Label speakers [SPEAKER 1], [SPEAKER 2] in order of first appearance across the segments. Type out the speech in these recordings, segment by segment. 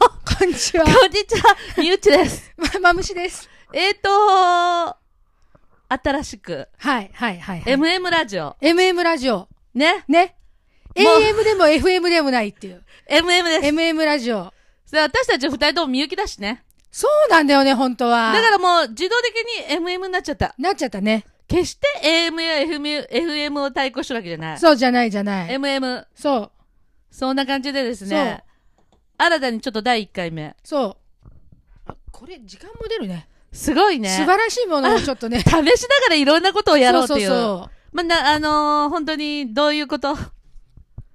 [SPEAKER 1] ちは
[SPEAKER 2] こん。にちは、みうちです。
[SPEAKER 1] ま、まむしです。
[SPEAKER 2] えっ、ー、と、新しく、
[SPEAKER 1] はい、はい、はい。はい
[SPEAKER 2] MM ラジオ。
[SPEAKER 1] MM ラジオ。
[SPEAKER 2] ね。
[SPEAKER 1] ね。
[SPEAKER 2] もう
[SPEAKER 1] AM でも FM でもないっていう。
[SPEAKER 2] MM です。
[SPEAKER 1] MM ラジオ。
[SPEAKER 2] それ私たち二人ともみゆきだしね。
[SPEAKER 1] そうなんだよね、本当は。
[SPEAKER 2] だからもう自動的に MM になっちゃった。
[SPEAKER 1] なっちゃったね。
[SPEAKER 2] 決して AM や FM, FM を対抗してるわけじゃない。
[SPEAKER 1] そうじゃないじゃない。
[SPEAKER 2] MM。
[SPEAKER 1] そう。
[SPEAKER 2] そんな感じでですね。新たにちょっと第1回目。
[SPEAKER 1] そう。あこれ、時間も出るね。
[SPEAKER 2] すごいね。
[SPEAKER 1] 素晴らしいものをちょっとね。
[SPEAKER 2] 試しながらいろんなことをやろうっていう。
[SPEAKER 1] そうそうそう。
[SPEAKER 2] まあ、な、あのー本当にどういうこと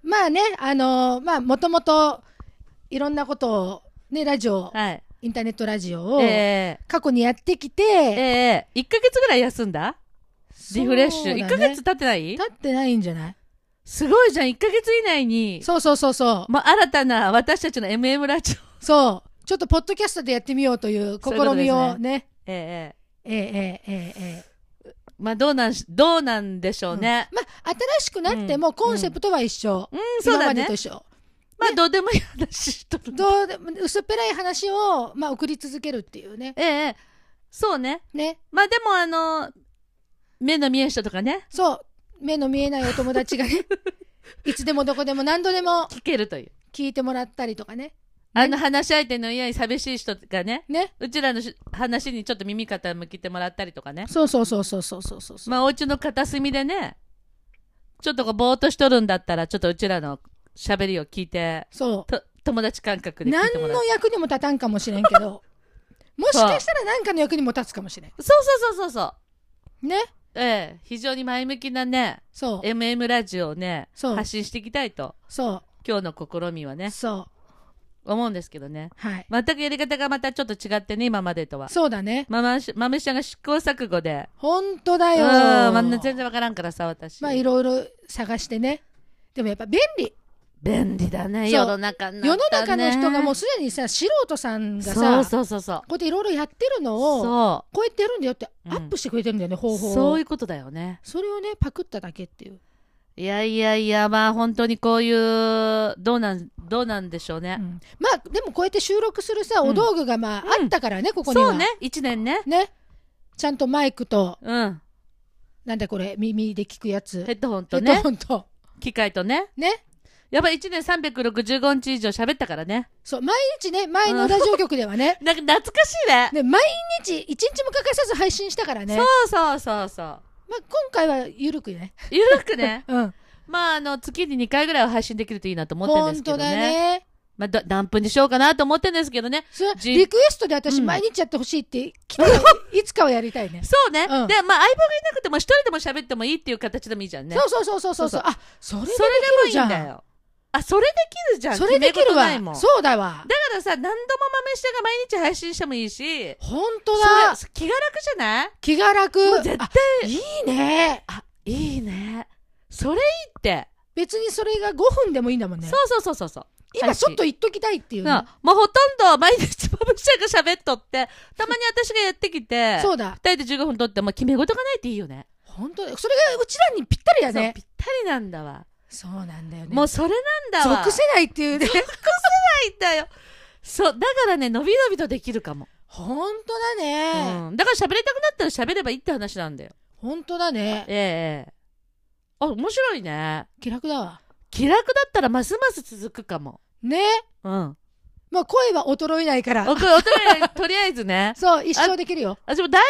[SPEAKER 1] まあね、あのーまあ、もともと、いろんなことを、ね、ラジオ、
[SPEAKER 2] はい。
[SPEAKER 1] インターネットラジオを、
[SPEAKER 2] え
[SPEAKER 1] 過去にやってきて、
[SPEAKER 2] ー、えー、1ヶ月ぐらい休んだリフレッシュ。
[SPEAKER 1] そうだね
[SPEAKER 2] 1ヶ月経ってない
[SPEAKER 1] 経ってないんじゃない
[SPEAKER 2] すごいじゃん。1ヶ月以内に、
[SPEAKER 1] そうそうそうそう。
[SPEAKER 2] もう新たな私たちの MM ラジオ。
[SPEAKER 1] そう。ちょっとポッドキャストでやってみようという試みをね。
[SPEAKER 2] ええ
[SPEAKER 1] ええええええええ
[SPEAKER 2] まあ、どうなんし、どうなんでしょうね。
[SPEAKER 1] まあ、新しくなってもコンセプトは一緒。
[SPEAKER 2] うん、そうだ
[SPEAKER 1] 今まで
[SPEAKER 2] ね
[SPEAKER 1] と。一緒。
[SPEAKER 2] まあ、どうでもいい話しとる。
[SPEAKER 1] どうでも薄っぺらい話を、まあ、送り続けるっていうね。
[SPEAKER 2] ええそうね。
[SPEAKER 1] ね。
[SPEAKER 2] まあ、でも、あのー目の見えん人とかね、
[SPEAKER 1] そう。目の見えないお友達 がね、いつでもどこでも何度でも
[SPEAKER 2] 聞けるという。
[SPEAKER 1] 聞いてもらったりとかね。
[SPEAKER 2] あの話し相手のいない寂しい人がね、
[SPEAKER 1] ね。
[SPEAKER 2] うちらのし話にちょっと耳傾けてもらったりとかね。
[SPEAKER 1] そうそうそうそうそうそうそう。
[SPEAKER 2] まあ、お家の片隅でね、ちょっとこう、ぼーっとしとるんだったら、ちょっとうちらの喋りを聞いて、
[SPEAKER 1] そ
[SPEAKER 2] と友達感覚
[SPEAKER 1] う。
[SPEAKER 2] で聞い
[SPEAKER 1] 何
[SPEAKER 2] てもらう
[SPEAKER 1] の。役にも立たんかもしれん けど、もしかしたら何かの役にも立つかもしれん。
[SPEAKER 2] そうそうそうそうそう。
[SPEAKER 1] ね。
[SPEAKER 2] ええ、非常に前向きなね、
[SPEAKER 1] そう。
[SPEAKER 2] MM ラジオをね、
[SPEAKER 1] そう
[SPEAKER 2] 発信していきたいと、
[SPEAKER 1] そ
[SPEAKER 2] 今日の試みは
[SPEAKER 1] う。
[SPEAKER 2] ね、
[SPEAKER 1] そう。
[SPEAKER 2] 思うんですけどね。
[SPEAKER 1] はい。
[SPEAKER 2] 全くやり方がまたちょっと違ってね、今までとは。
[SPEAKER 1] そうだね。
[SPEAKER 2] ままし、まめしちゃんが試行錯誤で、
[SPEAKER 1] 本当だ
[SPEAKER 2] うん、
[SPEAKER 1] よ。
[SPEAKER 2] まんな全然わからんからさ、私。
[SPEAKER 1] まあ、いろいろ探してね。でもやっぱ便利。
[SPEAKER 2] 便利だね、
[SPEAKER 1] そう
[SPEAKER 2] 世の中にな
[SPEAKER 1] 世
[SPEAKER 2] っ
[SPEAKER 1] の
[SPEAKER 2] たね
[SPEAKER 1] 中の人がもうすでにさ、素人さんがさ、
[SPEAKER 2] そうそうそうそう。
[SPEAKER 1] こうやっていろいろやってるのを、
[SPEAKER 2] そ
[SPEAKER 1] こうやってやるんだよって
[SPEAKER 2] うん
[SPEAKER 1] アップしてくれてるんだよね、
[SPEAKER 2] う。
[SPEAKER 1] 方法を。
[SPEAKER 2] そういうことだよね。
[SPEAKER 1] それをね、パクっただけっていう。
[SPEAKER 2] いやいやいや、まあ本当にこういう、どうなん、どうなんでしょう
[SPEAKER 1] う
[SPEAKER 2] ね。
[SPEAKER 1] んまあ、でもこうやって収録するさ、
[SPEAKER 2] うん
[SPEAKER 1] お道具がまあ、
[SPEAKER 2] うん
[SPEAKER 1] あったからね、ここには。
[SPEAKER 2] そうね、一年ね。
[SPEAKER 1] ね。ちゃんとマイクと、
[SPEAKER 2] うん。
[SPEAKER 1] なんだこれ、耳で聞くやつ。
[SPEAKER 2] ヘッドホン
[SPEAKER 1] ヘ
[SPEAKER 2] と
[SPEAKER 1] ッド
[SPEAKER 2] ね
[SPEAKER 1] ホ、ンと。
[SPEAKER 2] 機械とね。
[SPEAKER 1] ね。
[SPEAKER 2] やっぱ1年365日以上喋ったからね。
[SPEAKER 1] そう、毎日ね、前のラジオ局ではね、
[SPEAKER 2] なんか懐かしいね。
[SPEAKER 1] ね、毎日、一日も欠かさず配信したからね。
[SPEAKER 2] そうそうそうそう。
[SPEAKER 1] まあ、今回は緩くね。。
[SPEAKER 2] ゆるくね
[SPEAKER 1] うん。
[SPEAKER 2] まあ、あの、月に2回ぐらいは配信できるといいなと思ってるんで
[SPEAKER 1] 本
[SPEAKER 2] すけ
[SPEAKER 1] 当
[SPEAKER 2] ど
[SPEAKER 1] だ
[SPEAKER 2] ね。
[SPEAKER 1] ね。
[SPEAKER 2] まあ、ど何分にしようかなと思ってるんですけどね。
[SPEAKER 1] それ
[SPEAKER 2] じ
[SPEAKER 1] リクエストで私
[SPEAKER 2] うん
[SPEAKER 1] 毎日やってほしいって来て、いつかはやりたいね。
[SPEAKER 2] そうね。で、ま
[SPEAKER 1] う
[SPEAKER 2] あ、
[SPEAKER 1] ん
[SPEAKER 2] 相棒がいなくても一人でも喋ってもいいっていう形でもいいじゃんね。
[SPEAKER 1] そうそうそうそうそうそう。あ、それで
[SPEAKER 2] それ
[SPEAKER 1] できる
[SPEAKER 2] で
[SPEAKER 1] じ
[SPEAKER 2] もいい
[SPEAKER 1] ゃん
[SPEAKER 2] んだよ。あ、それできるじゃん。
[SPEAKER 1] それでき
[SPEAKER 2] 決め
[SPEAKER 1] る
[SPEAKER 2] 事ないも
[SPEAKER 1] わ。
[SPEAKER 2] んだ
[SPEAKER 1] そうだわ。
[SPEAKER 2] からさ、何度も豆下が毎日配信してもいいし、
[SPEAKER 1] 本当だ。
[SPEAKER 2] それ気が楽じゃない
[SPEAKER 1] 気が楽。
[SPEAKER 2] もう絶対
[SPEAKER 1] あいいね。
[SPEAKER 2] あ、いいね。それいいって。
[SPEAKER 1] 別にそれが5分でもいいんだもんね
[SPEAKER 2] そ。うそうそうそうそう。
[SPEAKER 1] 今ちょっと言っときたいっていうね。
[SPEAKER 2] なもうほとんど毎日まぶしちゃんが喋っとって、たまに私がやってきて、
[SPEAKER 1] そうだ。
[SPEAKER 2] 二人で15分撮って、もう決め事がないっていいよね。
[SPEAKER 1] 本当だそれがうちらにぴったりだ
[SPEAKER 2] そう
[SPEAKER 1] ね
[SPEAKER 2] ぴ。ったりなんだわ。
[SPEAKER 1] そうなんだよね。
[SPEAKER 2] もうそれなんだわ。
[SPEAKER 1] 属せないっていうね。
[SPEAKER 2] ないんだよ。そう、だからね、のびのびとできるかも。
[SPEAKER 1] 本当だね。
[SPEAKER 2] うん。だから喋りたくなったら喋ればいいって話なんだよ。
[SPEAKER 1] 本当だね。
[SPEAKER 2] ええあ、面白いね。
[SPEAKER 1] 気楽だわ。
[SPEAKER 2] 気楽だったらますます続くかも。
[SPEAKER 1] ね。
[SPEAKER 2] うん。
[SPEAKER 1] まあ声は衰えないから。
[SPEAKER 2] 僕、おとりあえずとりあえずね。
[SPEAKER 1] そう、一生できるよ。
[SPEAKER 2] 私もだい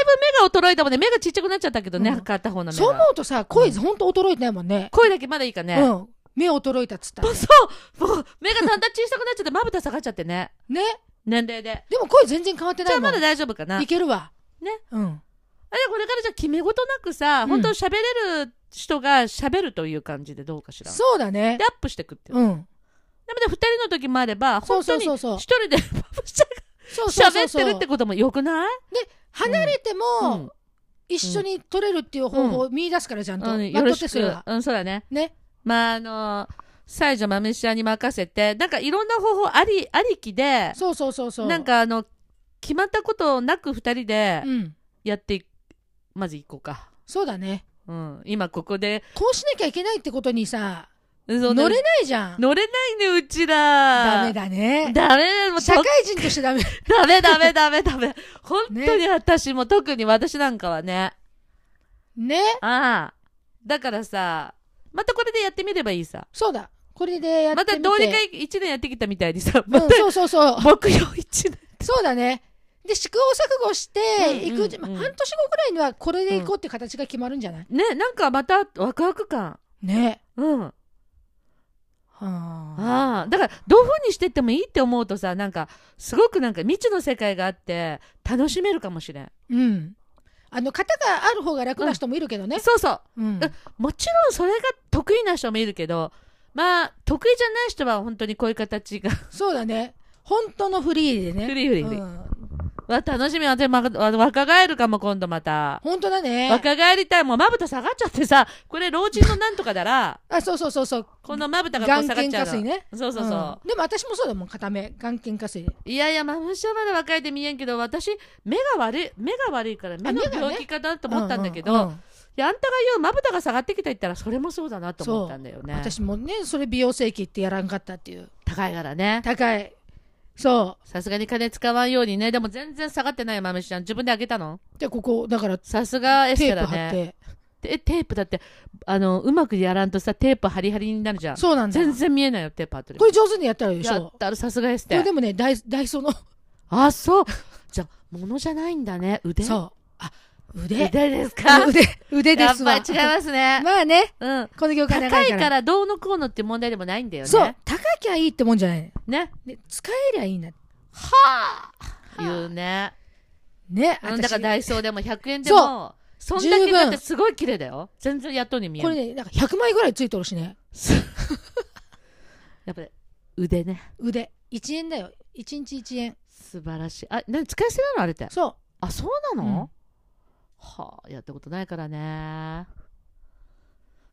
[SPEAKER 2] ぶ目が衰えたもんね。目がちっちゃくなっちゃったけどね、
[SPEAKER 1] うん
[SPEAKER 2] 片方の目
[SPEAKER 1] そう思
[SPEAKER 2] が。
[SPEAKER 1] うとさ、声ほんと衰えてないもんね。
[SPEAKER 2] 声だけまだいいかね。
[SPEAKER 1] うん。目衰えたっつったら。
[SPEAKER 2] そうもう目がだんだん小さくなっちゃって、まぶた下がっちゃってね。
[SPEAKER 1] ね。
[SPEAKER 2] 年齢で。
[SPEAKER 1] でも声全然変わって
[SPEAKER 2] じ
[SPEAKER 1] な
[SPEAKER 2] ゃ
[SPEAKER 1] い
[SPEAKER 2] あ
[SPEAKER 1] も
[SPEAKER 2] ま
[SPEAKER 1] ん
[SPEAKER 2] だ。大丈夫かな。あ
[SPEAKER 1] い
[SPEAKER 2] れ、
[SPEAKER 1] けるわ。
[SPEAKER 2] ね。
[SPEAKER 1] うん。
[SPEAKER 2] これからじゃあ決め事なくさ、
[SPEAKER 1] うん
[SPEAKER 2] 本当喋れる人が喋るという感じでどうかしら。
[SPEAKER 1] そうだね
[SPEAKER 2] で、。アップしてくっていう。
[SPEAKER 1] うん。
[SPEAKER 2] でもね、二人の時もあれば、
[SPEAKER 1] そ
[SPEAKER 2] 本
[SPEAKER 1] うそ
[SPEAKER 2] 当
[SPEAKER 1] う
[SPEAKER 2] に
[SPEAKER 1] そう
[SPEAKER 2] 一
[SPEAKER 1] そう。
[SPEAKER 2] 人でまぶしちゃん
[SPEAKER 1] そうそう
[SPEAKER 2] が喋
[SPEAKER 1] そう
[SPEAKER 2] ってる
[SPEAKER 1] そ
[SPEAKER 2] っ
[SPEAKER 1] う
[SPEAKER 2] て。こともよくない
[SPEAKER 1] 離れて
[SPEAKER 2] う
[SPEAKER 1] も
[SPEAKER 2] ん、。
[SPEAKER 1] 一緒に取れるっていう方法を見出すから、ちゃんと。
[SPEAKER 2] うん
[SPEAKER 1] ま
[SPEAKER 2] よ
[SPEAKER 1] っと
[SPEAKER 2] ろ
[SPEAKER 1] って
[SPEAKER 2] し
[SPEAKER 1] それ
[SPEAKER 2] く
[SPEAKER 1] は。。
[SPEAKER 2] うん、そうだね。
[SPEAKER 1] ね。
[SPEAKER 2] まあ、あのー、西条豆しゃに任せて、なんかいろんな方法あり、ありきで、
[SPEAKER 1] そうそうそうそう。
[SPEAKER 2] なん、かあの、決まったことなく二人で
[SPEAKER 1] うん。
[SPEAKER 2] やっていく、まず行こうか。
[SPEAKER 1] そうだね。
[SPEAKER 2] うん。今ここで、
[SPEAKER 1] こうしなきゃいけないってことにさ、
[SPEAKER 2] 乗
[SPEAKER 1] 乗れないじゃん。
[SPEAKER 2] 乗れないね、うちら。
[SPEAKER 1] ダメ。だね。
[SPEAKER 2] ダメだ、もう
[SPEAKER 1] 社
[SPEAKER 2] と
[SPEAKER 1] 会人としてダメ。
[SPEAKER 2] ダメダメダメダメ。本当に
[SPEAKER 1] ね
[SPEAKER 2] 私も、特に私なんかはね。
[SPEAKER 1] ね。
[SPEAKER 2] ああ。だからさ、またこれでやってみればいいさ。
[SPEAKER 1] そうだ。これでやって
[SPEAKER 2] ま
[SPEAKER 1] みて。
[SPEAKER 2] たどうにか一年やってきたみたいにさ、
[SPEAKER 1] う
[SPEAKER 2] ま
[SPEAKER 1] ん
[SPEAKER 2] た、
[SPEAKER 1] そうそう そう。
[SPEAKER 2] 目標一年。
[SPEAKER 1] そうだね。で、試行錯誤していくうち、
[SPEAKER 2] うんうんうん
[SPEAKER 1] まあ半年後ぐらいにはこれでいこうって形が決まるんじゃない、
[SPEAKER 2] ね、なんかまたワクワク感。
[SPEAKER 1] ね。
[SPEAKER 2] うん。
[SPEAKER 1] はあ。
[SPEAKER 2] ああ。だから、どういう風にしてってもいいって思うとさ、なんか、すごくなんか未知の世界があって、楽しめるかもしれん。
[SPEAKER 1] うん。あの、型がある方が楽な人もいるけどね。
[SPEAKER 2] そうそう。
[SPEAKER 1] うん。
[SPEAKER 2] もちろんそれが得意な人もいるけど、まあ、得意じゃない人は本当にこういう形が。
[SPEAKER 1] そうだね。本当のフリーでね。
[SPEAKER 2] フリーフリーフリー
[SPEAKER 1] うん
[SPEAKER 2] わ、楽しみ。私、ま、わ若返るかも、今度また。
[SPEAKER 1] 本当だね。
[SPEAKER 2] 若返りたい。もうまぶた下がっちゃってさ、これ老人のなんとかだら、
[SPEAKER 1] あ、そうそうそうそう。
[SPEAKER 2] このまぶたがこう
[SPEAKER 1] 眼
[SPEAKER 2] 下がっ
[SPEAKER 1] 瞼
[SPEAKER 2] ちゃ
[SPEAKER 1] 下
[SPEAKER 2] うの。
[SPEAKER 1] 垂ね。
[SPEAKER 2] そうそうそう。
[SPEAKER 1] うんでも私もそうだもん、片目。眼瞼下垂で。
[SPEAKER 2] いやいや、まぶしはまだ若いで見えんけど、私、目が悪い、目が悪いから、目の
[SPEAKER 1] 目がね
[SPEAKER 2] 病気かなと思ったんだけ
[SPEAKER 1] うう
[SPEAKER 2] ど、
[SPEAKER 1] ん
[SPEAKER 2] いやあんたが言うまぶたが下がってきた言ったら、それもそうだなと思ったんだよね。
[SPEAKER 1] 私もね、それ美容整形ってやらんかったっていう。
[SPEAKER 2] 高いからね。
[SPEAKER 1] 高い。そ
[SPEAKER 2] さすがに金使わんようにね。でも全然下がってないよ、まむしちゃん。自分で開けたの
[SPEAKER 1] う。で、ここ、だから、テ
[SPEAKER 2] さすがエステ
[SPEAKER 1] ープ
[SPEAKER 2] ラ
[SPEAKER 1] 貼っ
[SPEAKER 2] ね。
[SPEAKER 1] て。
[SPEAKER 2] え、テープだって、あの、うまくやらんとさ、テープハリハリになるじゃん。
[SPEAKER 1] そうなんだ。
[SPEAKER 2] 全然見えないよ、テープ貼ってる。
[SPEAKER 1] これ上手にやったらいいでし
[SPEAKER 2] や
[SPEAKER 1] ょ
[SPEAKER 2] っ
[SPEAKER 1] こ
[SPEAKER 2] たらさすがエス
[SPEAKER 1] れ
[SPEAKER 2] テ
[SPEAKER 1] で。もねダイダイソーの
[SPEAKER 2] あ、そう。 じゃあ、物じゃないんだね。腕
[SPEAKER 1] そうあ腕
[SPEAKER 2] 腕ですか
[SPEAKER 1] 腕腕で
[SPEAKER 2] やっ
[SPEAKER 1] す
[SPEAKER 2] ぱ
[SPEAKER 1] わ
[SPEAKER 2] り違いますね。
[SPEAKER 1] まあね
[SPEAKER 2] うん。
[SPEAKER 1] この業界長
[SPEAKER 2] 高
[SPEAKER 1] い
[SPEAKER 2] い
[SPEAKER 1] から
[SPEAKER 2] からどうのこうのって問題でもないんだよね。
[SPEAKER 1] そう高きゃいいってもんじゃない
[SPEAKER 2] ね。
[SPEAKER 1] ね使えりゃいいな
[SPEAKER 2] はあ言うね。
[SPEAKER 1] ね
[SPEAKER 2] うんだからダイソーでも100円で
[SPEAKER 1] そ
[SPEAKER 2] も、そんだけ
[SPEAKER 1] 十分
[SPEAKER 2] だってすごい綺麗だよ。全然やっとうに見え
[SPEAKER 1] こ
[SPEAKER 2] る
[SPEAKER 1] れ。ねなんか100枚ぐらいついてるしね
[SPEAKER 2] やっぱり腕ね。
[SPEAKER 1] 腕1円だよ1日1円
[SPEAKER 2] 素晴らしい。あ、何使い捨てなのあれって。
[SPEAKER 1] そ
[SPEAKER 2] あ、そうなの、
[SPEAKER 1] うん
[SPEAKER 2] はあ、やったことないからね。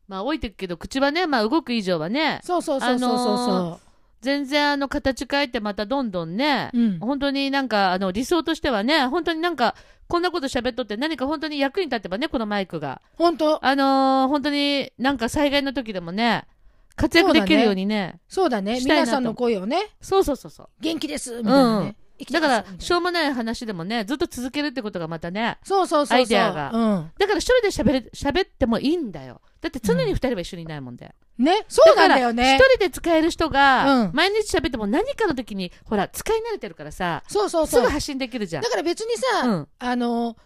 [SPEAKER 2] まあ、置いてくけど、口はね、まあ、動く以上はね
[SPEAKER 1] う、そうそうそうそうそう
[SPEAKER 2] あの
[SPEAKER 1] そ
[SPEAKER 2] 全然、あの、形変えて、またどんどんね、
[SPEAKER 1] ううん
[SPEAKER 2] 本当になんか、あの、理想としてはね、本当になんか、こんなこと喋っとって、何か本当に役に立てばね、このマイクが。
[SPEAKER 1] 本当
[SPEAKER 2] あのー本当になんか災害の時でもね、活躍できるようにね、
[SPEAKER 1] そうだね
[SPEAKER 2] したいなと
[SPEAKER 1] 皆さんの声をね
[SPEAKER 2] そうそうそうそう。
[SPEAKER 1] 元気ですみたいな
[SPEAKER 2] うん
[SPEAKER 1] ね生きて
[SPEAKER 2] だ
[SPEAKER 1] ま
[SPEAKER 2] から
[SPEAKER 1] すみたい、な
[SPEAKER 2] しょうもない話でもね、ずっと続けるってことがまたね、
[SPEAKER 1] そうそうそうそう
[SPEAKER 2] アイデアが
[SPEAKER 1] うん
[SPEAKER 2] だから一人で喋れ喋ってもいいんだよ。だって常に二人は一緒にいないもんで。
[SPEAKER 1] ねそうなんだよ
[SPEAKER 2] から
[SPEAKER 1] ね
[SPEAKER 2] 一人で使える人が
[SPEAKER 1] う、ん
[SPEAKER 2] 毎日喋っても何かの時に、ほら、使い慣れてるからさ、
[SPEAKER 1] そうそう
[SPEAKER 2] す
[SPEAKER 1] そ
[SPEAKER 2] ぐ
[SPEAKER 1] う
[SPEAKER 2] 発信できるじゃん
[SPEAKER 1] だ。から別にさ、
[SPEAKER 2] うん
[SPEAKER 1] あの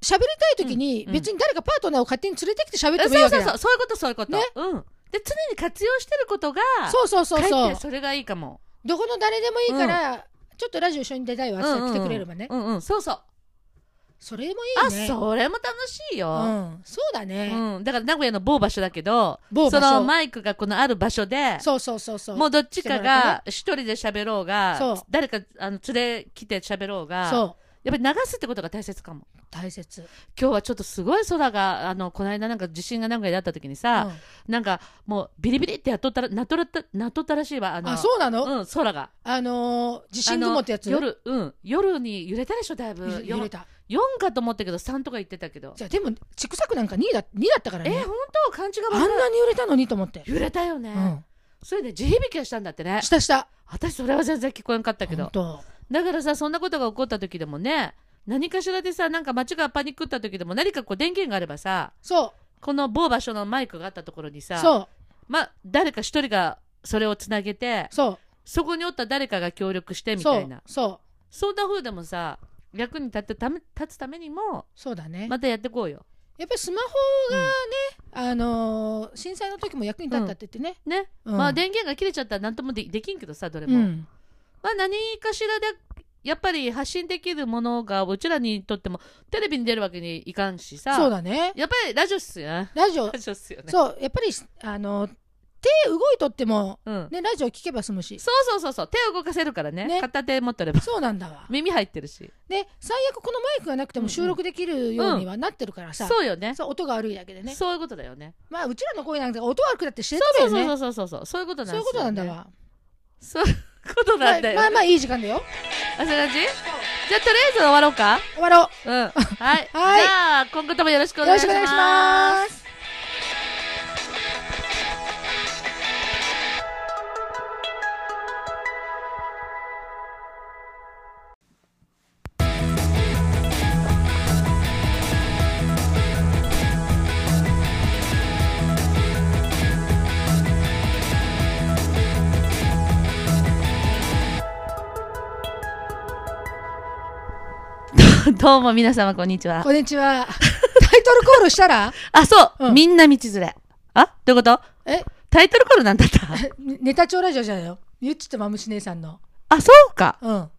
[SPEAKER 1] 喋りたい時に
[SPEAKER 2] うん
[SPEAKER 1] 別に誰かパートナーを勝手に連れてきて喋って
[SPEAKER 2] そう
[SPEAKER 1] も
[SPEAKER 2] そ
[SPEAKER 1] いい
[SPEAKER 2] う
[SPEAKER 1] わけ
[SPEAKER 2] そう、
[SPEAKER 1] だ
[SPEAKER 2] そういうこと、そういうこと。
[SPEAKER 1] ね
[SPEAKER 2] うん。で、常に活用してることが、
[SPEAKER 1] そうそうそう
[SPEAKER 2] か
[SPEAKER 1] そ
[SPEAKER 2] えっ
[SPEAKER 1] う
[SPEAKER 2] てそれがいいかも。
[SPEAKER 1] どこの誰でもいいから、ちょっとラジオ一緒に出たいわって来てくれればね、
[SPEAKER 2] うんうん、そうそう。
[SPEAKER 1] それも
[SPEAKER 2] あ、
[SPEAKER 1] いいね
[SPEAKER 2] それも楽しいうよ。
[SPEAKER 1] ん、そうだね、
[SPEAKER 2] うん。だから名古屋の某場所だけど、
[SPEAKER 1] 某場所
[SPEAKER 2] そのマイクがこのある場所で、
[SPEAKER 1] そうそうそうそう
[SPEAKER 2] もうどっちか
[SPEAKER 1] してもらっ
[SPEAKER 2] が一人で喋ろうが
[SPEAKER 1] そう
[SPEAKER 2] 誰かあの連れ来て喋ろうが
[SPEAKER 1] そ
[SPEAKER 2] やっぱり流すってことが大切かも
[SPEAKER 1] う大切、
[SPEAKER 2] 今日はちょっとすごい空があのこの間なんか地震が名古屋であった時に
[SPEAKER 1] う
[SPEAKER 2] さ、
[SPEAKER 1] ん
[SPEAKER 2] なんかもうビリビリってやっとったらなっとらったなっとったらしいわあの
[SPEAKER 1] あそうなの、
[SPEAKER 2] うん、空が
[SPEAKER 1] あのー地震雲ってやつ
[SPEAKER 2] あの夜うん夜に揺れたでしょだいぶ
[SPEAKER 1] ゆ揺れた
[SPEAKER 2] 4かと思ったけど3とか言ってたけど
[SPEAKER 1] じゃあでもちくさくなんか2だ二だったから
[SPEAKER 2] え
[SPEAKER 1] ね
[SPEAKER 2] 本当勘違い
[SPEAKER 1] あんなに揺れたのにと思って、
[SPEAKER 2] 揺れたよね、
[SPEAKER 1] うん、
[SPEAKER 2] それで地響きがしたんだってね
[SPEAKER 1] したした
[SPEAKER 2] 私それは全然聞こえんかったけど
[SPEAKER 1] 本当
[SPEAKER 2] だからさそんなことが起こった時でもね何かしらでさなんか街がパニックった時でも何かこう電源があればさ
[SPEAKER 1] そ
[SPEAKER 2] この某場所のマイクがあったところに
[SPEAKER 1] う
[SPEAKER 2] さ
[SPEAKER 1] そう
[SPEAKER 2] まあ誰か一人がそれをつなげて
[SPEAKER 1] そう
[SPEAKER 2] そこにおった誰かが協力してみ
[SPEAKER 1] そ
[SPEAKER 2] た
[SPEAKER 1] う
[SPEAKER 2] いな
[SPEAKER 1] そう
[SPEAKER 2] そんな風でもさ役に立ってため立つためにも
[SPEAKER 1] そうだね、
[SPEAKER 2] またやってこうよ
[SPEAKER 1] やっぱりスマホがね、あのー震災の時も役に立ったって言ってね、
[SPEAKER 2] ね、
[SPEAKER 1] うん
[SPEAKER 2] まあ電源が切れちゃったら何ともでできんけどさどれ
[SPEAKER 1] う
[SPEAKER 2] も、
[SPEAKER 1] ん、
[SPEAKER 2] まあ何かしらでやっぱり発信できるものがうちらにとってもテレビに出るわけにいかんしさ
[SPEAKER 1] そうだね
[SPEAKER 2] やっぱりラジオっすよね
[SPEAKER 1] ラジオ
[SPEAKER 2] ラジオっすよね。
[SPEAKER 1] そうやっぱりあのー手動いとっても
[SPEAKER 2] うん。
[SPEAKER 1] ねラジオ聞けば済むし
[SPEAKER 2] そうそうそうそう。手を動かせるからね。
[SPEAKER 1] ね
[SPEAKER 2] 片手持ってれば。
[SPEAKER 1] そうなんだわ
[SPEAKER 2] 耳入ってるし。
[SPEAKER 1] で最悪このマイクがなくて
[SPEAKER 2] うんう
[SPEAKER 1] も
[SPEAKER 2] ん
[SPEAKER 1] 収録できるようにはなってるからさ、
[SPEAKER 2] そうよね。
[SPEAKER 1] そう音が悪いだけでね
[SPEAKER 2] そういうことだよね。
[SPEAKER 1] まあうちらの声なんか音悪くだって知れて
[SPEAKER 2] そう
[SPEAKER 1] るよ
[SPEAKER 2] そ
[SPEAKER 1] ね
[SPEAKER 2] うそうそうそう。そういうことなん
[SPEAKER 1] そういうことなんだ
[SPEAKER 2] わ。
[SPEAKER 1] わ、
[SPEAKER 2] そういうこと
[SPEAKER 1] ま
[SPEAKER 2] な
[SPEAKER 1] あ、
[SPEAKER 2] んだよ。
[SPEAKER 1] まあまあいい時間だよ
[SPEAKER 2] あ、そんな感じじゃあ、とりあえず終わろうか。
[SPEAKER 1] 終わろ
[SPEAKER 2] うん。はい。
[SPEAKER 1] はい
[SPEAKER 2] じゃあ、今後ともよろしく
[SPEAKER 1] う
[SPEAKER 2] お願
[SPEAKER 1] よろ
[SPEAKER 2] い
[SPEAKER 1] し
[SPEAKER 2] し
[SPEAKER 1] くお
[SPEAKER 2] ます。
[SPEAKER 1] 願いします
[SPEAKER 2] どうも皆様こんにちは
[SPEAKER 1] こ。んにちは。 タイトルコールしたら
[SPEAKER 2] あ、そう、
[SPEAKER 1] うん
[SPEAKER 2] みんな道連れ。あどういうこと
[SPEAKER 1] え
[SPEAKER 2] タイトルコールなんだった
[SPEAKER 1] ネタ帳ラジオじゃないよ。ゆっちとまむし姉さんの。
[SPEAKER 2] あ、そうか。
[SPEAKER 1] うん。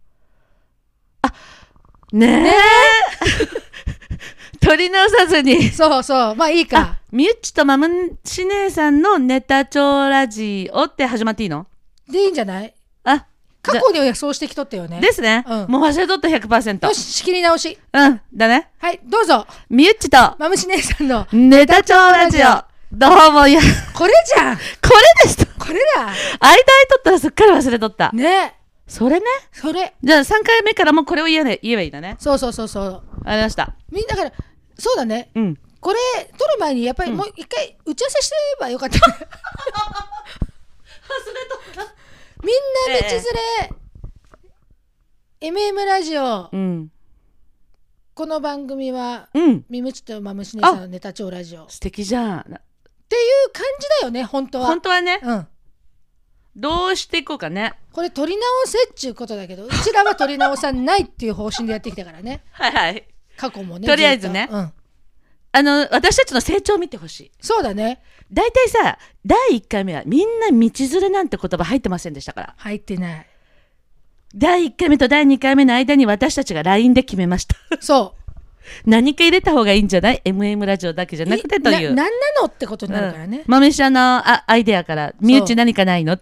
[SPEAKER 2] ねえ。 取り直さずに。
[SPEAKER 1] そうそう。まあいい
[SPEAKER 2] あ
[SPEAKER 1] か。、
[SPEAKER 2] みゆっちとまむし姉さんのネタ帳ラジオって始まっていいの
[SPEAKER 1] でいいんじゃない
[SPEAKER 2] あ、
[SPEAKER 1] 過去にはそうしてきとったよね。
[SPEAKER 2] ですね。
[SPEAKER 1] うん
[SPEAKER 2] もう忘れとった100%
[SPEAKER 1] よ。し、仕切り直し。
[SPEAKER 2] うん、だね。
[SPEAKER 1] はい、どうぞ。
[SPEAKER 2] みゆっちと
[SPEAKER 1] まむし姉さんの。
[SPEAKER 2] ネタ帳ラジオ。どうも、いや、
[SPEAKER 1] これじゃん
[SPEAKER 2] これでした。
[SPEAKER 1] これだ
[SPEAKER 2] 間いとったらすっかり忘れとった。
[SPEAKER 1] ね
[SPEAKER 2] それね。
[SPEAKER 1] それ。
[SPEAKER 2] じゃあ3回目からもうこれを言え,、ね、言えばいいんだね。
[SPEAKER 1] そうそうそうそう。
[SPEAKER 2] わかりました。
[SPEAKER 1] みんなから、そうだね。
[SPEAKER 2] うん。
[SPEAKER 1] これ、撮る前に、やっぱりもう一回打ち合わせしてればよかった。
[SPEAKER 2] 忘れとっ
[SPEAKER 1] みんな道連れ、MM ラジオ
[SPEAKER 2] た。、うん。
[SPEAKER 1] この番組は、
[SPEAKER 2] うん。
[SPEAKER 1] みむちとまむし姉さんのネタ帳ラジオ。っ
[SPEAKER 2] 素敵じゃん。な
[SPEAKER 1] ていう感じだよね、本当は。
[SPEAKER 2] 本当はね、
[SPEAKER 1] うん。
[SPEAKER 2] どうしていこうかね。
[SPEAKER 1] これ、撮り直せっちゅうことだけど、うちらは撮り直さないっていう方針でやってきたからね。
[SPEAKER 2] はいはい。
[SPEAKER 1] 過去もね。
[SPEAKER 2] とりあえずね
[SPEAKER 1] ずっとうん。
[SPEAKER 2] あの、私たちの成長を見てほしい。
[SPEAKER 1] そうだね。
[SPEAKER 2] 大体さ、第1回目はみんな道連れなんて言葉入ってませんでしたから。
[SPEAKER 1] 入ってない。
[SPEAKER 2] 第1回目と第2回目の間に私たちが LINE で決めました。
[SPEAKER 1] そう。
[SPEAKER 2] 何か入れた方がいいんじゃない ?MM ラジオだけじゃなくてという。
[SPEAKER 1] ななんなのってことになるからね、
[SPEAKER 2] まめしゃのあアイデアから、身内何かないのう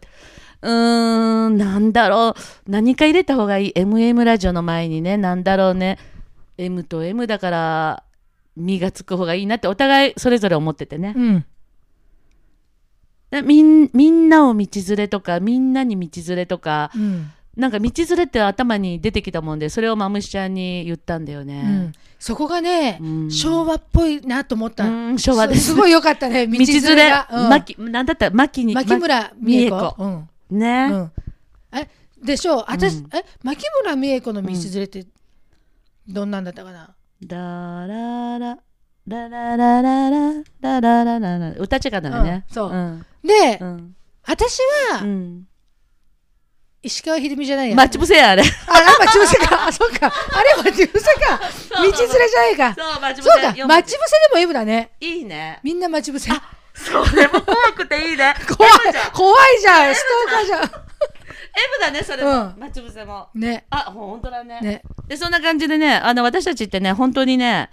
[SPEAKER 2] ーん、なんだろう。何か入れた方がいい。MM ラジオの前にね、なんだろうね。M と M だから、身がつく方がいいなって、お互いそれぞれ思っててね。
[SPEAKER 1] うん
[SPEAKER 2] でみんみんなを道連れとか、みんなに道連れとか、
[SPEAKER 1] うん
[SPEAKER 2] なんか道連れって頭に出てきたもんで、それをまむしちゃんに言ったんだよ
[SPEAKER 1] う
[SPEAKER 2] ね
[SPEAKER 1] ん。、そこがね、
[SPEAKER 2] うん
[SPEAKER 1] 昭和っぽいなと思った、
[SPEAKER 2] うん、昭和です。
[SPEAKER 1] すごい良かった ね道
[SPEAKER 2] 道
[SPEAKER 1] 連
[SPEAKER 2] 連
[SPEAKER 1] れ
[SPEAKER 2] れ
[SPEAKER 1] が、、うん
[SPEAKER 2] 牧なんだったら、牧に。
[SPEAKER 1] 牧村美
[SPEAKER 2] 美恵
[SPEAKER 1] 恵子
[SPEAKER 2] 子
[SPEAKER 1] うん
[SPEAKER 2] ね。
[SPEAKER 1] うん、えでしょう私、
[SPEAKER 2] うん
[SPEAKER 1] え牧村美恵子の道連れってどんなんだったかな、
[SPEAKER 2] だらららららららららららら歌っちゃいかんだよね、
[SPEAKER 1] うんそうんで、
[SPEAKER 2] うん
[SPEAKER 1] 私
[SPEAKER 2] う
[SPEAKER 1] は
[SPEAKER 2] ん
[SPEAKER 1] 石川秀美じゃないや
[SPEAKER 2] マッチブセやあれ そ
[SPEAKER 1] ああマッチブセかあそっかあれマッチブセか道連れじゃないか
[SPEAKER 2] うマッチ
[SPEAKER 1] そうかマッチブセでも M だね
[SPEAKER 2] いいね
[SPEAKER 1] みんな待ち伏せ。
[SPEAKER 2] それも怖くていいね
[SPEAKER 1] 怖い、 怖いじゃん、ストーカーじゃ
[SPEAKER 2] M だねそれ
[SPEAKER 1] うん
[SPEAKER 2] マッチブセも
[SPEAKER 1] ん。ね、
[SPEAKER 2] あほんとだね
[SPEAKER 1] ね、
[SPEAKER 2] でそんな感じでねあの私たちってね本当にね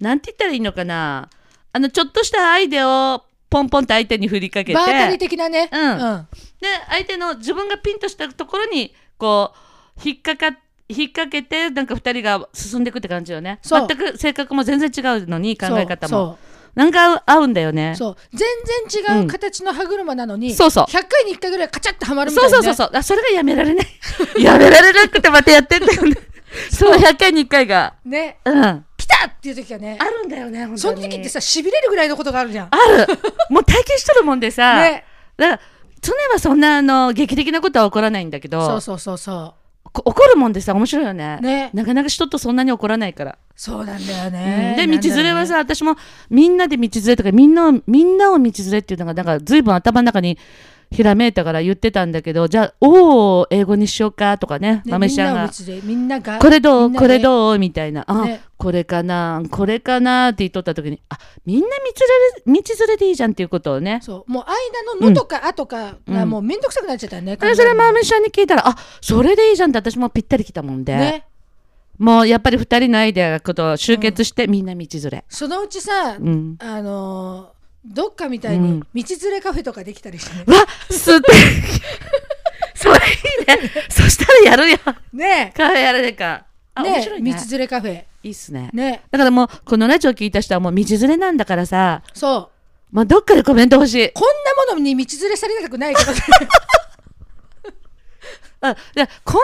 [SPEAKER 2] なんて言ったらいいのかなあのちょっとしたアイデアをポンポンと相手に振りかけて
[SPEAKER 1] バータリー的なね。
[SPEAKER 2] うん
[SPEAKER 1] うん、
[SPEAKER 2] で相手の自分がピンとしたところにこう引っかか引っ掛けてなんか2人が進んでいくって感じよね
[SPEAKER 1] そう
[SPEAKER 2] 全く性格も全然違うのに考え方も
[SPEAKER 1] そ
[SPEAKER 2] なんか合う合うんだよね
[SPEAKER 1] う、
[SPEAKER 2] そう
[SPEAKER 1] そう、そう全然違う形の歯車なのに。
[SPEAKER 2] そうそう
[SPEAKER 1] 百回に一回ぐらいカチャってはまるみた
[SPEAKER 2] そ
[SPEAKER 1] い
[SPEAKER 2] う
[SPEAKER 1] な、ね。
[SPEAKER 2] そうそうあそれがやめられない やめられなくてまたやってんだよねそう100回に1回が
[SPEAKER 1] う。ね、
[SPEAKER 2] うんあ
[SPEAKER 1] ピタッっていう時はね。
[SPEAKER 2] るんだよね本当に
[SPEAKER 1] その時ってさ、しびれるぐらいのことがあるじゃん。
[SPEAKER 2] あるもう体験しとるもんでさ、
[SPEAKER 1] ね、
[SPEAKER 2] だから常はそんなあの劇的なことは起こらないんだけど
[SPEAKER 1] そうそうそうそ
[SPEAKER 2] こ怒るもんでさ面白いよね
[SPEAKER 1] う。ね、
[SPEAKER 2] なかなか人とそんなに怒らないから
[SPEAKER 1] そうなんだよ
[SPEAKER 2] うん
[SPEAKER 1] ね。
[SPEAKER 2] で、
[SPEAKER 1] な
[SPEAKER 2] 道
[SPEAKER 1] んだろうね
[SPEAKER 2] 連れはさ、、私もみんなで道連れとか、みんなを、みんなを道連れっていうのが、なんか随分頭の中にひらめいたから言ってたんだけど、じゃあ、おを英語にしようかとかね、
[SPEAKER 1] ね
[SPEAKER 2] 豆ちゃん
[SPEAKER 1] みんなを
[SPEAKER 2] が。
[SPEAKER 1] 道連れ、みんなが。
[SPEAKER 2] これど
[SPEAKER 1] み
[SPEAKER 2] うん
[SPEAKER 1] な
[SPEAKER 2] こ
[SPEAKER 1] で
[SPEAKER 2] れどうみたいな。あ、
[SPEAKER 1] ね
[SPEAKER 2] これかなこれかなって言っとった時に、あ、みんな道連れ、道連れでいいじゃんっていうことをね。
[SPEAKER 1] そう、もう間ののとか、あとかが、
[SPEAKER 2] うん
[SPEAKER 1] もうめんどくさくなっちゃったよね。
[SPEAKER 2] それ、それ、まめちゃんに聞いたら、あ、それでいいじゃんって私もぴったりきたもんで。
[SPEAKER 1] ね。
[SPEAKER 2] もう、やっぱり二人のアイデアがことを集結して、みんな道連れ。
[SPEAKER 1] そのうちさ、
[SPEAKER 2] うん。
[SPEAKER 1] あのーどっかみたいうに
[SPEAKER 2] ん
[SPEAKER 1] 道連れカフェとかできたり してね。
[SPEAKER 2] わ素敵 それいいねそしたらやるやん
[SPEAKER 1] ね
[SPEAKER 2] カフェやるでかあ、
[SPEAKER 1] え、ね
[SPEAKER 2] 面白いね
[SPEAKER 1] 道連れカフェ。
[SPEAKER 2] いいっすね
[SPEAKER 1] ね
[SPEAKER 2] だからもうこのラジオ聞いた人はもう道連れなんだからさ
[SPEAKER 1] そう。
[SPEAKER 2] まあどっかでコメント欲しい
[SPEAKER 1] こんなものに道連れされたくな いけどね。
[SPEAKER 2] あでこんな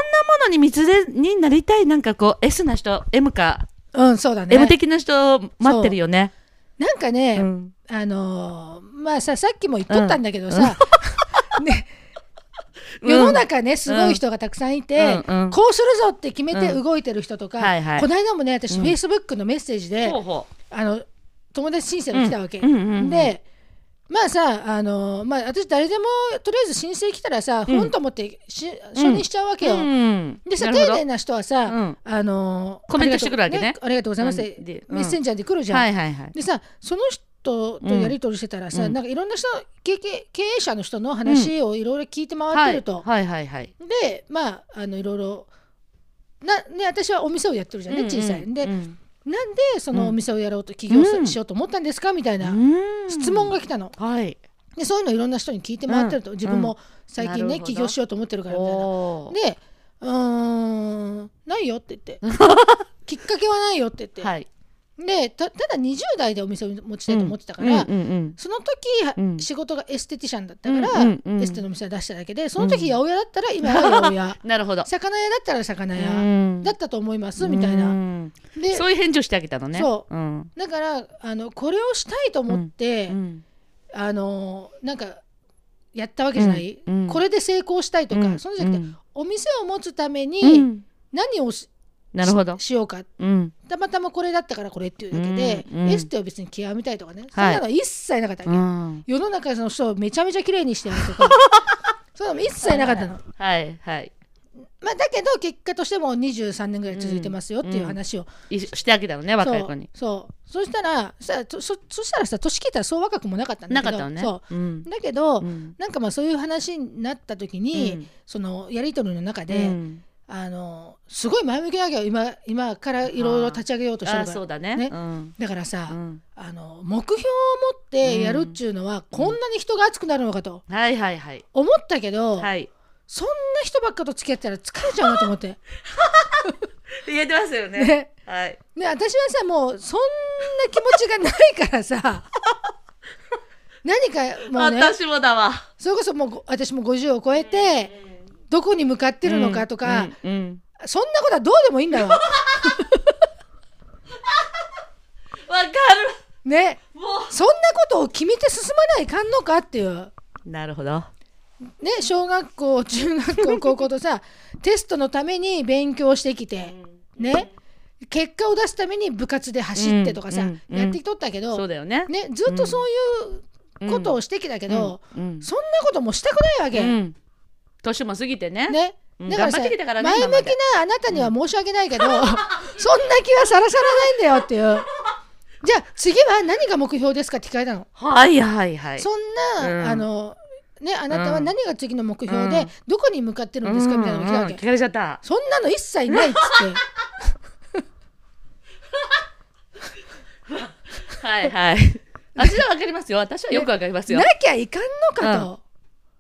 [SPEAKER 2] ものに道連れになりたいなんかこう S な人 M か、
[SPEAKER 1] うん、そうだね。
[SPEAKER 2] M 的な人待ってるよね
[SPEAKER 1] なんかね、
[SPEAKER 2] うん
[SPEAKER 1] あのーまあさ、さっきも言っとったんだけどさ、 ね、
[SPEAKER 2] うん
[SPEAKER 1] 世の中ね、すごい人がたくさんいて、
[SPEAKER 2] うんうん
[SPEAKER 1] こうするぞって決めて
[SPEAKER 2] うん
[SPEAKER 1] 動いてる人とか、
[SPEAKER 2] はいはい
[SPEAKER 1] この間もね、私、
[SPEAKER 2] うん
[SPEAKER 1] Facebook のメッセージで、
[SPEAKER 2] うほ
[SPEAKER 1] あの、友達申請
[SPEAKER 2] う
[SPEAKER 1] が来たわけ。
[SPEAKER 2] うんうんうんうん
[SPEAKER 1] でまあさあの、まあ、私誰でもとりあえず申請来たらさ、
[SPEAKER 2] うん
[SPEAKER 1] 本と思ってし承認しちゃうわけよ、
[SPEAKER 2] うん
[SPEAKER 1] でさ
[SPEAKER 2] な
[SPEAKER 1] 丁
[SPEAKER 2] るほど
[SPEAKER 1] 寧な人はさ、
[SPEAKER 2] うん
[SPEAKER 1] あの
[SPEAKER 2] コメントしてくるわけね
[SPEAKER 1] ありがとうございます、
[SPEAKER 2] うんでうん
[SPEAKER 1] メッセンジャーで来るじゃん、
[SPEAKER 2] はいはいはい
[SPEAKER 1] でさその人とやり取りしてたらさ、
[SPEAKER 2] うん
[SPEAKER 1] なんかいろんな人経経経営者の人の話をいろいろ聞いて回ってると、
[SPEAKER 2] はいはいはい
[SPEAKER 1] でまああのいろいろな、ね、私はお店をやってるじゃんね、小さいで、
[SPEAKER 2] うん
[SPEAKER 1] なんでそのお店をやろうと起業す
[SPEAKER 2] うん
[SPEAKER 1] しようと思ったんですかみたいな
[SPEAKER 2] うん
[SPEAKER 1] 質問が来たの、
[SPEAKER 2] はい
[SPEAKER 1] でそういうのいろんな人に聞いて回ってると、
[SPEAKER 2] うん
[SPEAKER 1] 自分も最近
[SPEAKER 2] な
[SPEAKER 1] ね
[SPEAKER 2] るほど
[SPEAKER 1] 起業しようと思ってるからみたいな。
[SPEAKER 2] おー
[SPEAKER 1] で「うーんないよ」って言って きっかけはないよって言って、
[SPEAKER 2] はい
[SPEAKER 1] でたただ20代でお店を持ちたいと思ってたから、
[SPEAKER 2] うんうんうん
[SPEAKER 1] その時、
[SPEAKER 2] うん
[SPEAKER 1] 仕事がエステティシャンだったから、
[SPEAKER 2] うんうんうん
[SPEAKER 1] エステのお店は出しただけでその時八百屋だったら今は八百屋
[SPEAKER 2] なるほど
[SPEAKER 1] 魚屋だったら魚
[SPEAKER 2] う
[SPEAKER 1] 屋
[SPEAKER 2] ん
[SPEAKER 1] だったと思いますみたいうなんで
[SPEAKER 2] そういう返事をしてあげたのね
[SPEAKER 1] そう
[SPEAKER 2] うん
[SPEAKER 1] だからあのこれをしたいと思って、
[SPEAKER 2] うん
[SPEAKER 1] あのなんかやったわけじゃない、
[SPEAKER 2] うんうん
[SPEAKER 1] これで成功したいとか、
[SPEAKER 2] うん
[SPEAKER 1] そんなじゃなくて、
[SPEAKER 2] うん
[SPEAKER 1] お店を持つため
[SPEAKER 2] う
[SPEAKER 1] に
[SPEAKER 2] ん
[SPEAKER 1] 何をし,、
[SPEAKER 2] なるほど
[SPEAKER 1] しようか
[SPEAKER 2] うん
[SPEAKER 1] たまたまこれだったからこれっていうだけで、
[SPEAKER 2] うんうん
[SPEAKER 1] エステを別に極めたいとかね、そんなのは一切なかったわ
[SPEAKER 2] う
[SPEAKER 1] け、
[SPEAKER 2] ん
[SPEAKER 1] 世の中の人をめちゃめちゃ綺麗にしてやる とかそういうのも一切なかったの、
[SPEAKER 2] はいはい
[SPEAKER 1] まあ、だけど結果としても23年ぐらい続いてますよっていう話を、
[SPEAKER 2] いしてあげたのね
[SPEAKER 1] そ
[SPEAKER 2] 若い子
[SPEAKER 1] う
[SPEAKER 2] に
[SPEAKER 1] そうそしたらさそそそしたらさ年聞いたらそう若くもなかったんだ
[SPEAKER 2] な
[SPEAKER 1] け
[SPEAKER 2] かっ
[SPEAKER 1] ど
[SPEAKER 2] たのね
[SPEAKER 1] そ
[SPEAKER 2] うん
[SPEAKER 1] うだけ
[SPEAKER 2] う
[SPEAKER 1] ど、
[SPEAKER 2] ん
[SPEAKER 1] なんかまあそういう話になった時に、そのやり取りの中で、
[SPEAKER 2] うん
[SPEAKER 1] あのすごい前向きなわけよ今今からいろいろ立ち上げようとして
[SPEAKER 2] あー
[SPEAKER 1] るから
[SPEAKER 2] そうだね
[SPEAKER 1] ね
[SPEAKER 2] うん
[SPEAKER 1] だからさ、
[SPEAKER 2] うん
[SPEAKER 1] あの目標を持ってやるっちゅうのは、こんなに人が熱くなるのかと
[SPEAKER 2] はいはいはい
[SPEAKER 1] 思ったけど、
[SPEAKER 2] はい
[SPEAKER 1] そんな人ばっかと付き合ってたら疲れちゃうなと思 って。
[SPEAKER 2] 言えてますよね
[SPEAKER 1] ね
[SPEAKER 2] はい
[SPEAKER 1] ね、私はさもうそんな気持ちがないから さ何かもうね
[SPEAKER 2] 私もだわ
[SPEAKER 1] それこそもうご私も50を超えてどこに向かってるのかとか、
[SPEAKER 2] うんうんうん
[SPEAKER 1] そんなことはどうでもいいん だよ。
[SPEAKER 2] わかる
[SPEAKER 1] ね
[SPEAKER 2] も
[SPEAKER 1] そんなことを決めて進まないかんのかっていう。
[SPEAKER 2] うなるほど
[SPEAKER 1] ね、小学 校中学校高校とさテストのために勉強してきて、ね、結果を出すために部活で走ってとかさ、
[SPEAKER 2] うんうん
[SPEAKER 1] やってきとったけど、
[SPEAKER 2] そうだよね
[SPEAKER 1] ね、ずっとそういうことをしてきたけど、
[SPEAKER 2] うん
[SPEAKER 1] そんなこともしたくないわけ。
[SPEAKER 2] うん年も過ぎてね
[SPEAKER 1] ね
[SPEAKER 2] うん
[SPEAKER 1] だからさ
[SPEAKER 2] 頑張ってきたからね
[SPEAKER 1] 前
[SPEAKER 2] 今
[SPEAKER 1] 向
[SPEAKER 2] ま
[SPEAKER 1] き
[SPEAKER 2] で
[SPEAKER 1] なあなたには申し訳ないけど、 そんな気はさらさらないんだよっていう。じゃあ次は何が目標ですかって聞かれたの。
[SPEAKER 2] はいはいはい
[SPEAKER 1] そんな、
[SPEAKER 2] うん
[SPEAKER 1] あのねあなたは
[SPEAKER 2] うん
[SPEAKER 1] 何が次の目標で、
[SPEAKER 2] うん
[SPEAKER 1] どこに向かってるんですかみたいなの聞いたわけ、
[SPEAKER 2] うんうん聞かれちゃった
[SPEAKER 1] そんなの一切ないっつって
[SPEAKER 2] はいはい私はわかりますよ私はよくわかり ますよ
[SPEAKER 1] なきゃいかんのかと、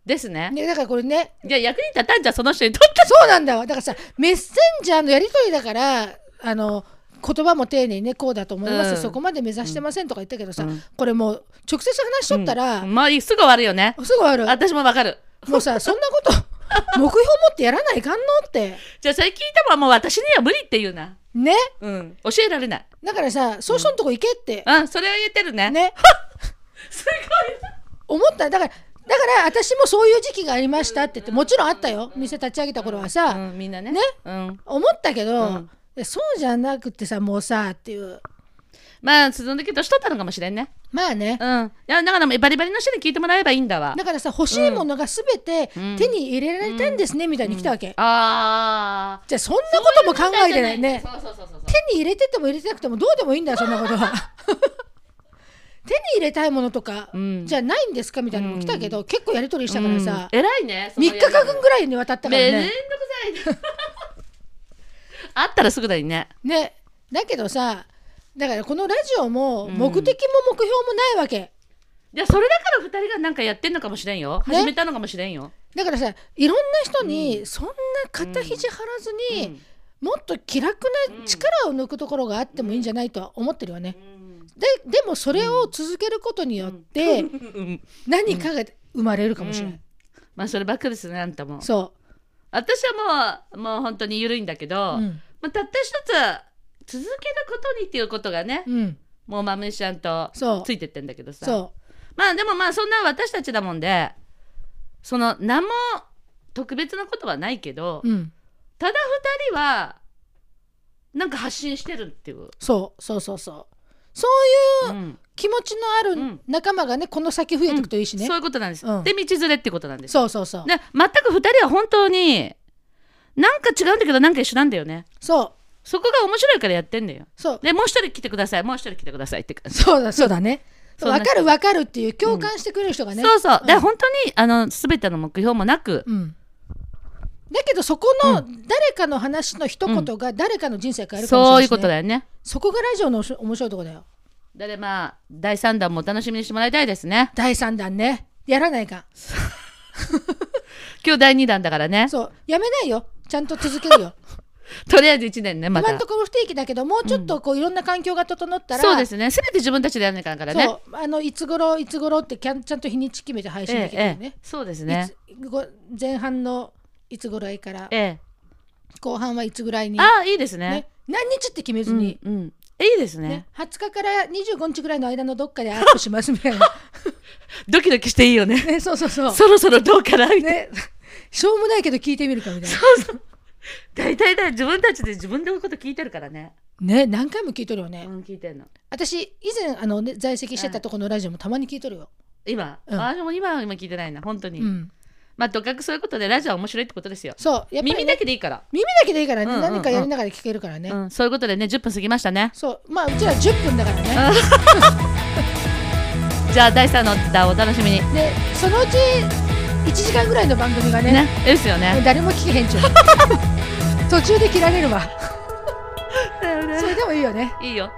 [SPEAKER 2] ですね
[SPEAKER 1] ね、だからこれね
[SPEAKER 2] じゃあ役に立たんじゃその人にとって
[SPEAKER 1] そうなんだわだからさメッセンジャーのやり取りだからあの言葉も丁寧にねこうだと思います、
[SPEAKER 2] うん
[SPEAKER 1] そこまで目指してませんとか言ったけどさ、
[SPEAKER 2] うん
[SPEAKER 1] これもう直接話しとったら、
[SPEAKER 2] まあすぐ終わるよね
[SPEAKER 1] すぐ終わる
[SPEAKER 2] 私もわかる
[SPEAKER 1] もうさそんなこと 目標持ってやらないかんのって
[SPEAKER 2] じゃあそれ聞いたもんもう私には無理っていうな
[SPEAKER 1] ね
[SPEAKER 2] うん教えられない
[SPEAKER 1] だからさそうしとんとこ行けって、
[SPEAKER 2] うんそれは言えてるね
[SPEAKER 1] ね
[SPEAKER 2] す
[SPEAKER 1] 思っただからだから私もそういう時期がありましたって言ってもちろんあったよ店立ち上げた頃は
[SPEAKER 2] ごい、
[SPEAKER 1] さ、
[SPEAKER 2] うん、みんなね
[SPEAKER 1] ね
[SPEAKER 2] うん、
[SPEAKER 1] 思ったけど、
[SPEAKER 2] うん
[SPEAKER 1] でそうじゃなくてさもうさっていう
[SPEAKER 2] まあその時年取ったのかもしれんね
[SPEAKER 1] まあね
[SPEAKER 2] うんいやだからバリバリの人に聞いてもらえばいいんだわ
[SPEAKER 1] だからさ欲しいものが全て
[SPEAKER 2] うん
[SPEAKER 1] 手に入れられたんですね、みたいに来たわけ、
[SPEAKER 2] あー
[SPEAKER 1] じゃあそんなことも考えてないね
[SPEAKER 2] そうそうそうそうそう
[SPEAKER 1] 手に入れてても入れてなくてもどうでもいいんだよそんなこ とは手に入れたいものとか、
[SPEAKER 2] うん
[SPEAKER 1] じゃないんですかみたいなのも来たけど、結構やり取りしたからさ、
[SPEAKER 2] うん偉いねその
[SPEAKER 1] 3
[SPEAKER 2] や
[SPEAKER 1] 日
[SPEAKER 2] り
[SPEAKER 1] 間ぐらいにわたったから
[SPEAKER 2] めめん
[SPEAKER 1] ね
[SPEAKER 2] どくさいねあったらすぐだよね
[SPEAKER 1] ねだけどさだからこのラジオも目的も目標もないわけ、
[SPEAKER 2] いやそれだから二人がなんかやってんのかもしれんよ、
[SPEAKER 1] ね
[SPEAKER 2] 始めたのかもしれんよ
[SPEAKER 1] だからさいろんな人にそんな肩肘張らずに、もっと気楽な力を抜くところがあってもいいんじゃないとは思ってるよね。ででもそれを続けることによって
[SPEAKER 2] うん
[SPEAKER 1] 何かが生まれるかもしれない。
[SPEAKER 2] まあそればっかりですねあんたも
[SPEAKER 1] そ
[SPEAKER 2] 私はもうもう本当に緩いんだけ
[SPEAKER 1] う、
[SPEAKER 2] ど、
[SPEAKER 1] うん
[SPEAKER 2] まあ、たった一つ続けることにっていうことがね、
[SPEAKER 1] うん、
[SPEAKER 2] もうまむしちゃんと
[SPEAKER 1] そう
[SPEAKER 2] ついてってんだけどさ
[SPEAKER 1] そ
[SPEAKER 2] まあでもまあそんな私たちだもんでその何も特別なことはないけど、
[SPEAKER 1] う、うん、
[SPEAKER 2] ただ二人はなんか発信してるっていう
[SPEAKER 1] そうそうそうそうそ
[SPEAKER 2] う
[SPEAKER 1] ういうん気持ちのあ
[SPEAKER 2] う
[SPEAKER 1] る
[SPEAKER 2] ん
[SPEAKER 1] 仲間がねこの先増えていくといいしね、
[SPEAKER 2] そういうことなんです、
[SPEAKER 1] うん
[SPEAKER 2] で道連れってことなんです
[SPEAKER 1] そうそうそう
[SPEAKER 2] で全く二人は本当になんか違うんだけどなんか一緒なんだよね
[SPEAKER 1] そう
[SPEAKER 2] そこが面白いからやってんだよ
[SPEAKER 1] そう
[SPEAKER 2] でもう一人来てくださいもう一人来てくださいって感じ
[SPEAKER 1] そうだそうだね
[SPEAKER 2] そう
[SPEAKER 1] わかるわかるっていう共感してくれる人がね、
[SPEAKER 2] そうそう、
[SPEAKER 1] ん
[SPEAKER 2] で本当にあの全ての目標もなく、
[SPEAKER 1] うん、だけどそこの誰かの話の一言が誰かの人生変えるかもしれ
[SPEAKER 2] そ
[SPEAKER 1] な
[SPEAKER 2] う
[SPEAKER 1] い
[SPEAKER 2] いう
[SPEAKER 1] しね、
[SPEAKER 2] ことだよね
[SPEAKER 1] そこがラジオのおし面白いとこだよ
[SPEAKER 2] だでまあ第3弾もお楽しみにしてもらいたいですね
[SPEAKER 1] 第3弾ねやらないか
[SPEAKER 2] 今日第2弾だからね
[SPEAKER 1] そうやめないよちゃんと続けるよ
[SPEAKER 2] とりあえず1年 ねま
[SPEAKER 1] 今
[SPEAKER 2] た
[SPEAKER 1] のところ不定期だけどもうちょっとこういろんな環境が整ったら、
[SPEAKER 2] そうですねせめて自分たちでやらなきゃいけないからね
[SPEAKER 1] そうあのいつ頃いつ頃ってちゃんちゃんと日にち決めて配信できるよ
[SPEAKER 2] えええ
[SPEAKER 1] ね
[SPEAKER 2] え、そうですね
[SPEAKER 1] いつご前半のいつ頃いいから
[SPEAKER 2] ええ
[SPEAKER 1] 後半はいつぐらいに、
[SPEAKER 2] ああいいですね
[SPEAKER 1] ね、何日って決めずに、
[SPEAKER 2] うんうんいいですね
[SPEAKER 1] ね20日から25日ぐらいの間のどっかでアップしますみたいな
[SPEAKER 2] ドキドキしていいよね
[SPEAKER 1] ねそうそうそう
[SPEAKER 2] そろそろどうかなみたいな、
[SPEAKER 1] ねしょうもないけど聞いてみるかみたいな
[SPEAKER 2] 大体だ自分たちで自分のこと聞いてるからね
[SPEAKER 1] ね何回も聞いとるよね、
[SPEAKER 2] うん聞いてんの
[SPEAKER 1] 私以前あの、ね、在籍してたとこのラジオもたまに聞いとるよ、
[SPEAKER 2] 今、
[SPEAKER 1] うん
[SPEAKER 2] ああでも今は今聞いてないな本当に、
[SPEAKER 1] うん、
[SPEAKER 2] まあとかくそういうことでラジオは面白いってことですよ、
[SPEAKER 1] そうやっぱり、ね、
[SPEAKER 2] 耳だけでいいから、
[SPEAKER 1] 耳だけでいいからね、
[SPEAKER 2] うんうんうん
[SPEAKER 1] 何かやりながら聞けるからね、
[SPEAKER 2] うん、そういうことでね10分過ぎましたね
[SPEAKER 1] そうまあうちら10分だからね、
[SPEAKER 2] じゃあ第3の歌をお楽しみに
[SPEAKER 1] でそのうち1時間ぐらいの番組がね
[SPEAKER 2] ねですよね
[SPEAKER 1] 誰も聞けへんちゅう 途中で切られるわそれでもいいよね
[SPEAKER 2] いいよ